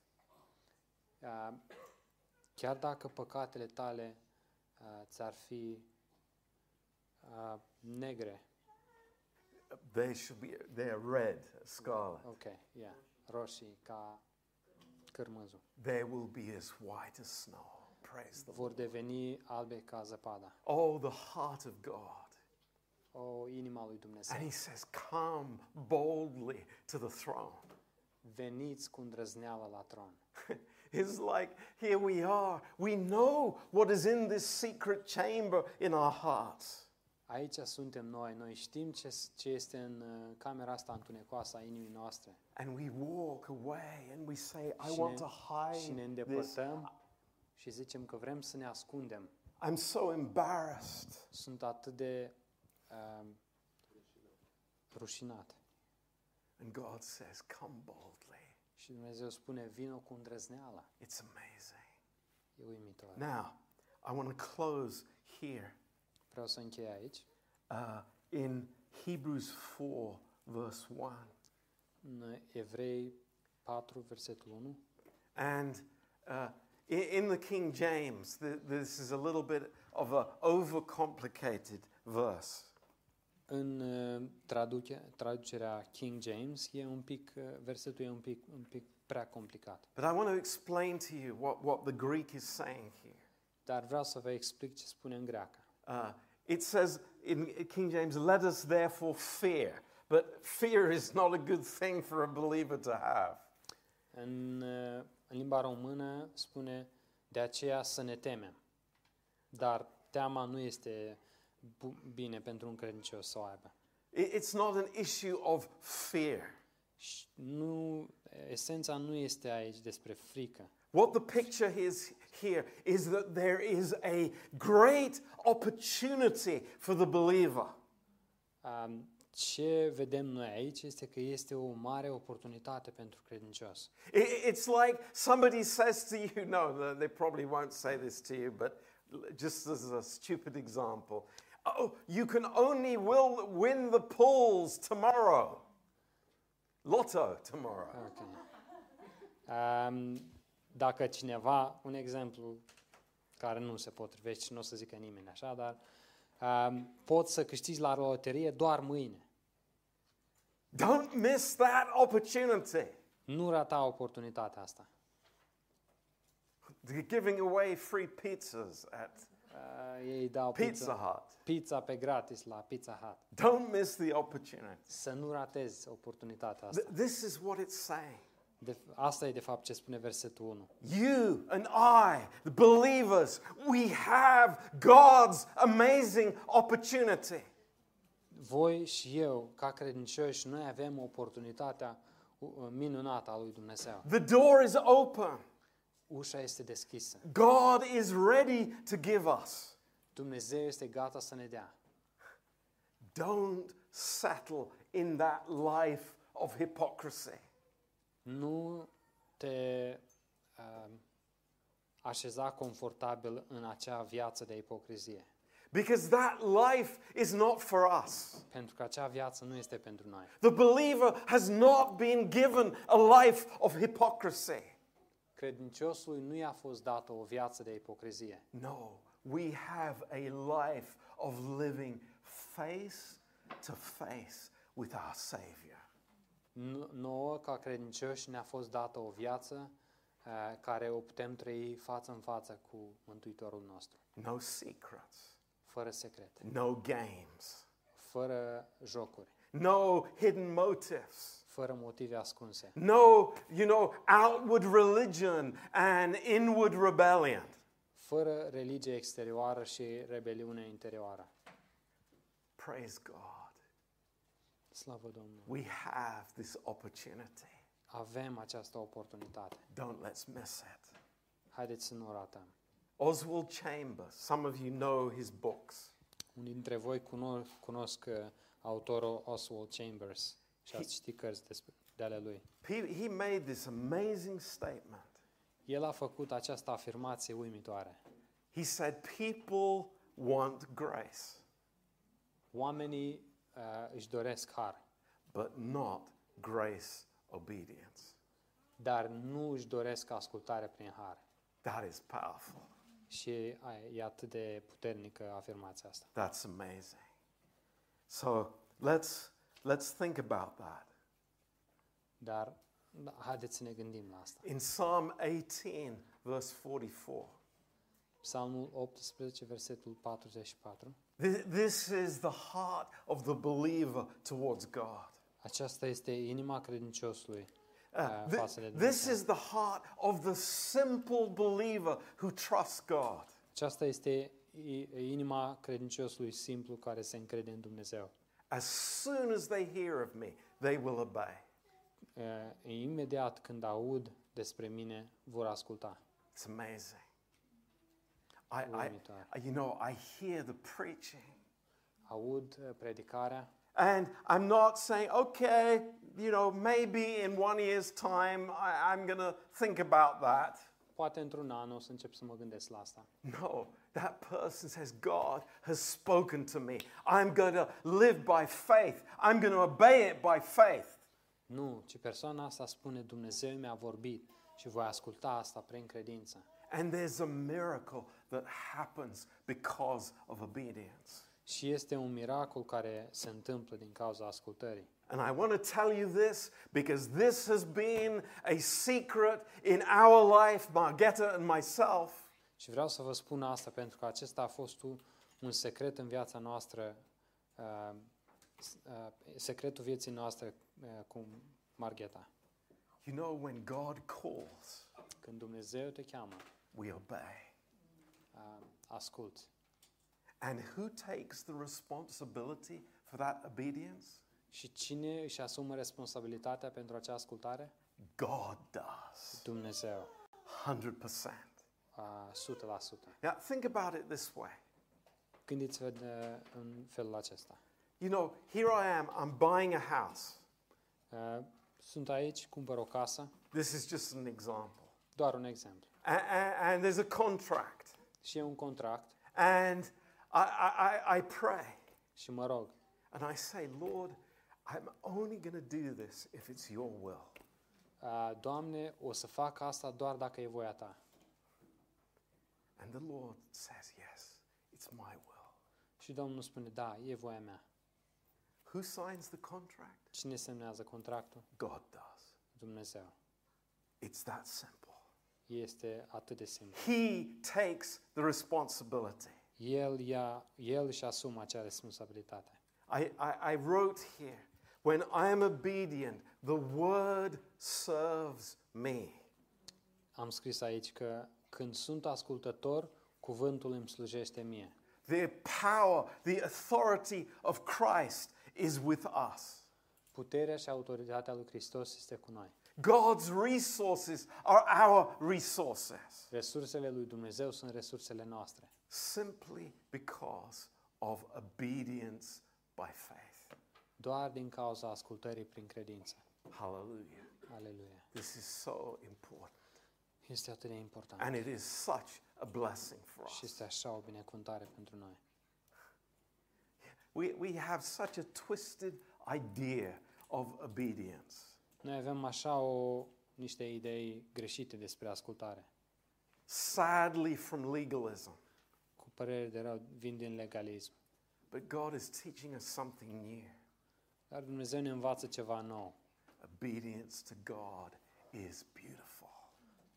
[SPEAKER 2] Uh, chiar dacă păcatele tale uh, ți-ar fi uh, negre,
[SPEAKER 1] they should be, they are red, as scarlet.
[SPEAKER 2] ok, yeah, roșii ca cârmâzul,
[SPEAKER 1] They will be as white as snow. Praise the Lord.
[SPEAKER 2] vor deveni albe ca zăpada.
[SPEAKER 1] Oh, the heart of God.
[SPEAKER 2] O inima lui Dumnezeu,
[SPEAKER 1] And he says, Come boldly to the throne. (laughs)
[SPEAKER 2] veniți cu îndrăzneală la tron.
[SPEAKER 1] it's like, here we are. We know what is in this secret chamber in our hearts.
[SPEAKER 2] Aici suntem noi, noi știm ce, s- ce este în uh, camera asta întunecoasă a inimii noastre
[SPEAKER 1] And we walk away and we say, I
[SPEAKER 2] Și
[SPEAKER 1] want
[SPEAKER 2] ne-
[SPEAKER 1] to
[SPEAKER 2] și ne
[SPEAKER 1] hide this.
[SPEAKER 2] îndepărtăm și zicem că vrem să ne ascundem.
[SPEAKER 1] I'm so embarrassed.
[SPEAKER 2] Sunt atât de uh, rușinat.
[SPEAKER 1] And God says, Come boldly.
[SPEAKER 2] Și Dumnezeu spune, vino cu îndrăzneală.
[SPEAKER 1] It's amazing.
[SPEAKER 2] E uimitor.
[SPEAKER 1] Now, I want to close here.
[SPEAKER 2] Vreau să închei aici,
[SPEAKER 1] uh, in Hebrews 4, verse 1.
[SPEAKER 2] în Evrei 4, versetul 1.
[SPEAKER 1] And uh, i- in the King James, th- this is a little bit of an overcomplicated verse.
[SPEAKER 2] În uh, traduce, traducerea King James, e un pic, uh, versetul e un pic, un pic prea complicat.
[SPEAKER 1] But I want to explain to you what, what the Greek is saying here.
[SPEAKER 2] Dar vreau să vă explic ce spune în greacă.
[SPEAKER 1] Uh, it says in King James, let us therefore fear. But fear is not a good thing for a believer to have.
[SPEAKER 2] În, uh, în limba română spune, de aceea să ne temem. Dar teama nu este bu- bine pentru un credincios să o aibă.
[SPEAKER 1] I- It's not an issue of fear.
[SPEAKER 2] Și nu, esența nu este aici despre frică.
[SPEAKER 1] What the picture is here is that there is a great opportunity for the believer.
[SPEAKER 2] Um, Ce vedem noi aici este că este o mare oportunitate pentru credincios.
[SPEAKER 1] I- It's like somebody says to you, no, they probably won't say this to you, but just as a stupid example, oh, you can only will win the pools tomorrow. Lotto tomorrow.
[SPEAKER 2] Ok. Um, Dacă cineva, un exemplu care nu se potrivește și nu o să zică nimeni așa, dar um, poți să câștigi la loterie doar mâine.
[SPEAKER 1] Don't miss that opportunity.
[SPEAKER 2] Nu rata oportunitatea asta.
[SPEAKER 1] They're giving away free pizzas at
[SPEAKER 2] uh, ei dau pizza.
[SPEAKER 1] Pizza Hut.
[SPEAKER 2] pizza pe gratis la Pizza Hut.
[SPEAKER 1] Don't miss the opportunity.
[SPEAKER 2] Să nu ratezi oportunitatea asta.
[SPEAKER 1] Th- This is what it's saying.
[SPEAKER 2] De, asta e de fapt ce spune versetul 1.
[SPEAKER 1] You and I, the believers, we have God's amazing opportunity.
[SPEAKER 2] Voi și eu, ca credincioși, noi avem oportunitatea uh, minunată a lui Dumnezeu.
[SPEAKER 1] The door is open.
[SPEAKER 2] Ușa este deschisă.
[SPEAKER 1] God is ready to give us.
[SPEAKER 2] Dumnezeu este gata să ne dea.
[SPEAKER 1] Don't settle in that life of hypocrisy.
[SPEAKER 2] Nu te uh, așeza confortabil în acea viață de ipocrizie.
[SPEAKER 1] Because that life is not for us.
[SPEAKER 2] Pentru că acea viață nu este pentru noi.
[SPEAKER 1] The believer has not been given a life of hypocrisy.
[SPEAKER 2] Credinciosului nu i-a fost dată o viață de ipocrizie,
[SPEAKER 1] No, we have a life of living face to face with our Savior.
[SPEAKER 2] Nu- Nouă, ca credincioși, ne-a fost dată o viață uh, care o putem trăi față în față cu Mântuitorul nostru,
[SPEAKER 1] No secrets,
[SPEAKER 2] fără secrete,
[SPEAKER 1] no games,
[SPEAKER 2] fără jocuri,
[SPEAKER 1] no hidden motives.
[SPEAKER 2] fără motive ascunse,
[SPEAKER 1] No, you know, outward religion and inward rebellion.
[SPEAKER 2] fără religie exterioară și rebeliune interioară.
[SPEAKER 1] Praise God.
[SPEAKER 2] Slavă Domnului!
[SPEAKER 1] We have this opportunity.
[SPEAKER 2] Avem această oportunitate.
[SPEAKER 1] Don't let's miss it.
[SPEAKER 2] Haideți să nu o ratăm.
[SPEAKER 1] Oswald Chambers, some of you know his books.
[SPEAKER 2] Unii dintre voi cunosc, cunosc uh, autorul Oswald Chambers și ați citit cărți despre, de ale lui.
[SPEAKER 1] He, he made this amazing statement.
[SPEAKER 2] El a făcut această afirmație uimitoare.
[SPEAKER 1] He said, People want grace,
[SPEAKER 2] Oamenii uh, își doresc har,
[SPEAKER 1] but not grace obedience.
[SPEAKER 2] dar nu își doresc ascultare prin har.
[SPEAKER 1] That is powerful.
[SPEAKER 2] Și a, e atât de puternică afirmația asta.
[SPEAKER 1] That's amazing. So let's, let's think about that.
[SPEAKER 2] Dar da, haideți să ne gândim la asta.
[SPEAKER 1] In Psalm 18, verse 44,
[SPEAKER 2] Psalmul 18, versetul 44.
[SPEAKER 1] Th- this is the heart of the believer towards God.
[SPEAKER 2] Aceasta este inima credinciosului
[SPEAKER 1] Uh,
[SPEAKER 2] uh,
[SPEAKER 1] thi-
[SPEAKER 2] față de
[SPEAKER 1] this
[SPEAKER 2] Dumnezeu.
[SPEAKER 1] is the heart of the simple believer who trusts God.
[SPEAKER 2] Aceasta este i- inima credinciosului simplu care se încrede în Dumnezeu.
[SPEAKER 1] As soon as they hear of me, they will obey.
[SPEAKER 2] Uh, Imediat când aud despre mine, vor asculta.
[SPEAKER 1] It's amazing. I, I,
[SPEAKER 2] Uimitor.
[SPEAKER 1] I- you know, I hear the preaching,
[SPEAKER 2] Aud uh, predicarea
[SPEAKER 1] and I'm not saying, okay, you know, maybe in one year's time I, I'm going to think about that.
[SPEAKER 2] Poate într-un an o să încep să mă gândesc la asta.
[SPEAKER 1] No, that person says, God has spoken to me. I'm going to live by faith. I'm going to obey it by faith.
[SPEAKER 2] Nu, ci persoana asta spune Dumnezeu mi-a vorbit și voi asculta asta prin credință.
[SPEAKER 1] And there's a miracle that happens because of obedience.
[SPEAKER 2] Și este un miracol care se întâmplă din cauza ascultării.
[SPEAKER 1] And I want to tell you this because this has been a secret in our life, Margetta and myself.
[SPEAKER 2] Și vreau să vă spun asta pentru că acesta a fost un- un secret în viața noastră, uh, s- uh, secretul vieții noastre uh, cu Margheta.
[SPEAKER 1] You know, when God calls,
[SPEAKER 2] Când Dumnezeu te cheamă,
[SPEAKER 1] we obey.
[SPEAKER 2] uh, asculți.
[SPEAKER 1] And who takes the responsibility for that obedience?
[SPEAKER 2] Și cine își asumă responsabilitatea pentru acea ascultare?
[SPEAKER 1] God does.
[SPEAKER 2] Dumnezeu,
[SPEAKER 1] 100%.
[SPEAKER 2] uh, 100%.
[SPEAKER 1] Now, think about it this way.
[SPEAKER 2] Gândiți-vă de, în felul acesta.
[SPEAKER 1] You know, here I am, I'm buying a house.
[SPEAKER 2] Uh, Sunt aici, cumpăr o casă,
[SPEAKER 1] This is just an example.
[SPEAKER 2] doar un exemplu.
[SPEAKER 1] A- a- and there's a contract.
[SPEAKER 2] Și e un contract
[SPEAKER 1] And I, I, I- I pray
[SPEAKER 2] și mă rog,
[SPEAKER 1] and I say, Lord, I'm only going to do this if it's your will.
[SPEAKER 2] uh, Doamne, o să fac asta doar dacă e voia Ta.
[SPEAKER 1] And the Lord says, Yes, it's my will.
[SPEAKER 2] Și Domnul spune, da, e voia mea.
[SPEAKER 1] Who signs the contract?
[SPEAKER 2] Cine semnează contractul?
[SPEAKER 1] God does.
[SPEAKER 2] Dumnezeu.
[SPEAKER 1] It's that simple.
[SPEAKER 2] Este atât de simplu.
[SPEAKER 1] He takes the responsibility.
[SPEAKER 2] El, ia, el își asumă acea responsabilitate.
[SPEAKER 1] I, I, I wrote here, when I am obedient, the word serves me.
[SPEAKER 2] Am scris aici că când sunt ascultător, cuvântul îmi slujește mie.
[SPEAKER 1] The power, the authority of Christ is with us.
[SPEAKER 2] Puterea și autoritatea lui Hristos este cu noi.
[SPEAKER 1] God's resources are our resources
[SPEAKER 2] Resursele lui Dumnezeu sunt resursele noastre.
[SPEAKER 1] simply because of obedience by faith.
[SPEAKER 2] Doar din cauza ascultării prin credință.
[SPEAKER 1] Hallelujah.
[SPEAKER 2] Aleluia.
[SPEAKER 1] This is so important.
[SPEAKER 2] Este atât de important.
[SPEAKER 1] And it is such a blessing for
[SPEAKER 2] Și
[SPEAKER 1] us.
[SPEAKER 2] este așa o binecuvântare pentru noi.
[SPEAKER 1] We, we have such a twisted idea of obedience.
[SPEAKER 2] Noi avem așa o, niște idei greșite despre ascultare.
[SPEAKER 1] Sadly, from legalism.
[SPEAKER 2] Cu părere de rău vin din legalism.
[SPEAKER 1] But God is teaching us something new.
[SPEAKER 2] Dar Dumnezeu ne învață ceva nou.
[SPEAKER 1] Obedience to God is beautiful.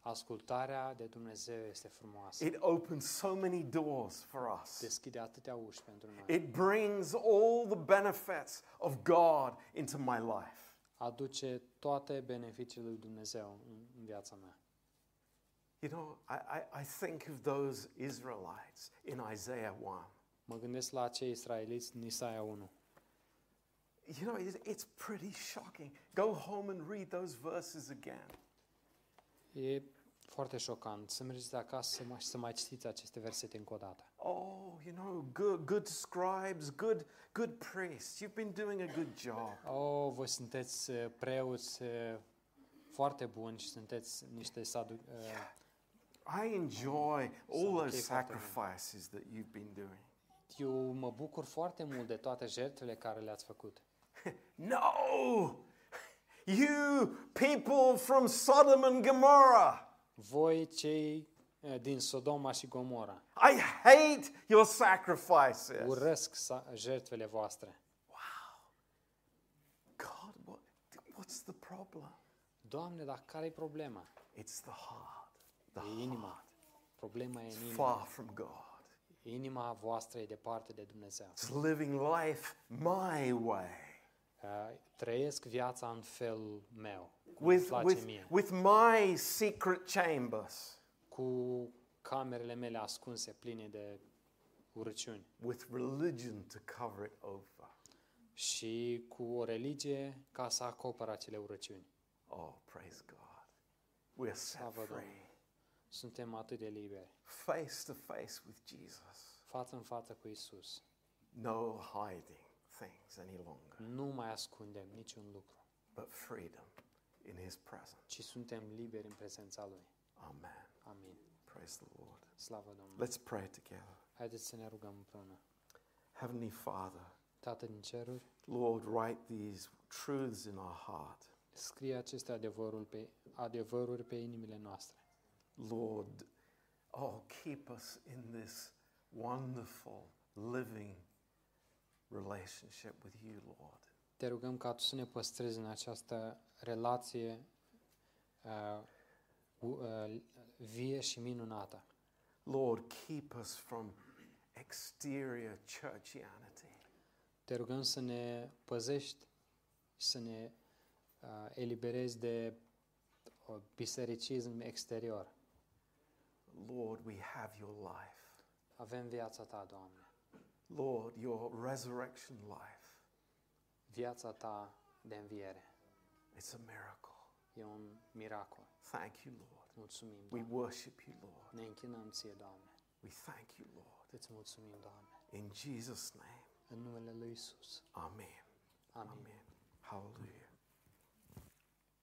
[SPEAKER 2] Ascultarea de Dumnezeu este frumoasă.
[SPEAKER 1] It opens so many doors for us.
[SPEAKER 2] Deschide atâtea uși pentru noi.
[SPEAKER 1] It brings all the benefits of God into my life.
[SPEAKER 2] Aduce toate beneficiile lui Dumnezeu în în viața mea.
[SPEAKER 1] You know, I, I, I think of those Israelites in Isaiah 1.
[SPEAKER 2] Mă gândesc la acei israeliți din Isaia 1.
[SPEAKER 1] You know, it's, it's pretty shocking. Go home and read those verses again.
[SPEAKER 2] E foarte șocant să mergeți acasă să mai, să mai citiți aceste versete încă o dată.
[SPEAKER 1] Oh, you know, good, good scribes, good, good priests. You've been doing a good job.
[SPEAKER 2] Oh, voi sunteți eh, preoți eh, foarte buni și sunteți niște sadu... eh,
[SPEAKER 1] I enjoy all
[SPEAKER 2] Some
[SPEAKER 1] those
[SPEAKER 2] kick after him.
[SPEAKER 1] sacrifices that you've been doing. (laughs)
[SPEAKER 2] Eu mă bucur foarte mult de toate jertfele care le-ați făcut.
[SPEAKER 1] No! (laughs) You people from Sodom and Gomorrah,
[SPEAKER 2] Voi, cei eh, din Sodoma și Gomora,
[SPEAKER 1] I hate your sacrifices.
[SPEAKER 2] urăsc sa- jertfele voastre.
[SPEAKER 1] God, what, what's the problem?
[SPEAKER 2] Doamne, dar care-i problema?
[SPEAKER 1] It's the heart. The
[SPEAKER 2] E
[SPEAKER 1] heart
[SPEAKER 2] inima. Problema e în inimă.
[SPEAKER 1] far from God.
[SPEAKER 2] Inima voastră e departe de Dumnezeu.
[SPEAKER 1] It's living life my way,
[SPEAKER 2] Eh, Trăiesc viața în felul meu, cum îmi
[SPEAKER 1] with,
[SPEAKER 2] place
[SPEAKER 1] with,
[SPEAKER 2] mie,
[SPEAKER 1] with my secret chambers,
[SPEAKER 2] cu camerele mele ascunse, pline de urăciuni
[SPEAKER 1] with religion to cover it over.
[SPEAKER 2] și cu o religie ca să acopăr acele urăciuni.
[SPEAKER 1] Oh, praise God. We're set
[SPEAKER 2] Slavă
[SPEAKER 1] free,
[SPEAKER 2] Domnului. Suntem atât de liberi,
[SPEAKER 1] face to face with Jesus.
[SPEAKER 2] față în față cu Isus.
[SPEAKER 1] No hiding things any longer,
[SPEAKER 2] Nu mai ascundem niciun lucru,
[SPEAKER 1] but freedom in His presence.
[SPEAKER 2] ci suntem liberi în prezența Lui.
[SPEAKER 1] Amen.
[SPEAKER 2] Amin.
[SPEAKER 1] Praise the Lord.
[SPEAKER 2] Slavă Domnului.
[SPEAKER 1] Let's pray together.
[SPEAKER 2] Haideți să ne rugăm împreună.
[SPEAKER 1] Heavenly Father,
[SPEAKER 2] Tată din ceruri,
[SPEAKER 1] Lord, write these truths in our heart.
[SPEAKER 2] scrie aceste adevăruri pe, adevăruri pe inimile noastre.
[SPEAKER 1] Lord, oh, keep us in this wonderful, living relationship with you, Lord.
[SPEAKER 2] Te rugăm ca tu să ne păstrezi în această relație uh, u- uh, vie și minunată.
[SPEAKER 1] Lord, keep us from exterior churchianity.
[SPEAKER 2] Te rugăm să ne păzești și să ne uh, eliberezi de uh, bisericism exterior.
[SPEAKER 1] Lord, we have your life.
[SPEAKER 2] Avem viața ta, Doamne.
[SPEAKER 1] Lord, your resurrection life.
[SPEAKER 2] Viața ta de înviere.
[SPEAKER 1] It's a miracle.
[SPEAKER 2] E un miracol.
[SPEAKER 1] Thank you, Lord.
[SPEAKER 2] Mulțumim,
[SPEAKER 1] We
[SPEAKER 2] Doamne.
[SPEAKER 1] worship you, Lord.
[SPEAKER 2] Ne închinăm ție, Doamne.
[SPEAKER 1] We thank you, Lord.
[SPEAKER 2] Îți mulțumim, Doamne.
[SPEAKER 1] In Jesus' name,
[SPEAKER 2] În numele lui Isus.
[SPEAKER 1] Amen.
[SPEAKER 2] Amin.
[SPEAKER 1] Amen. Hallelujah.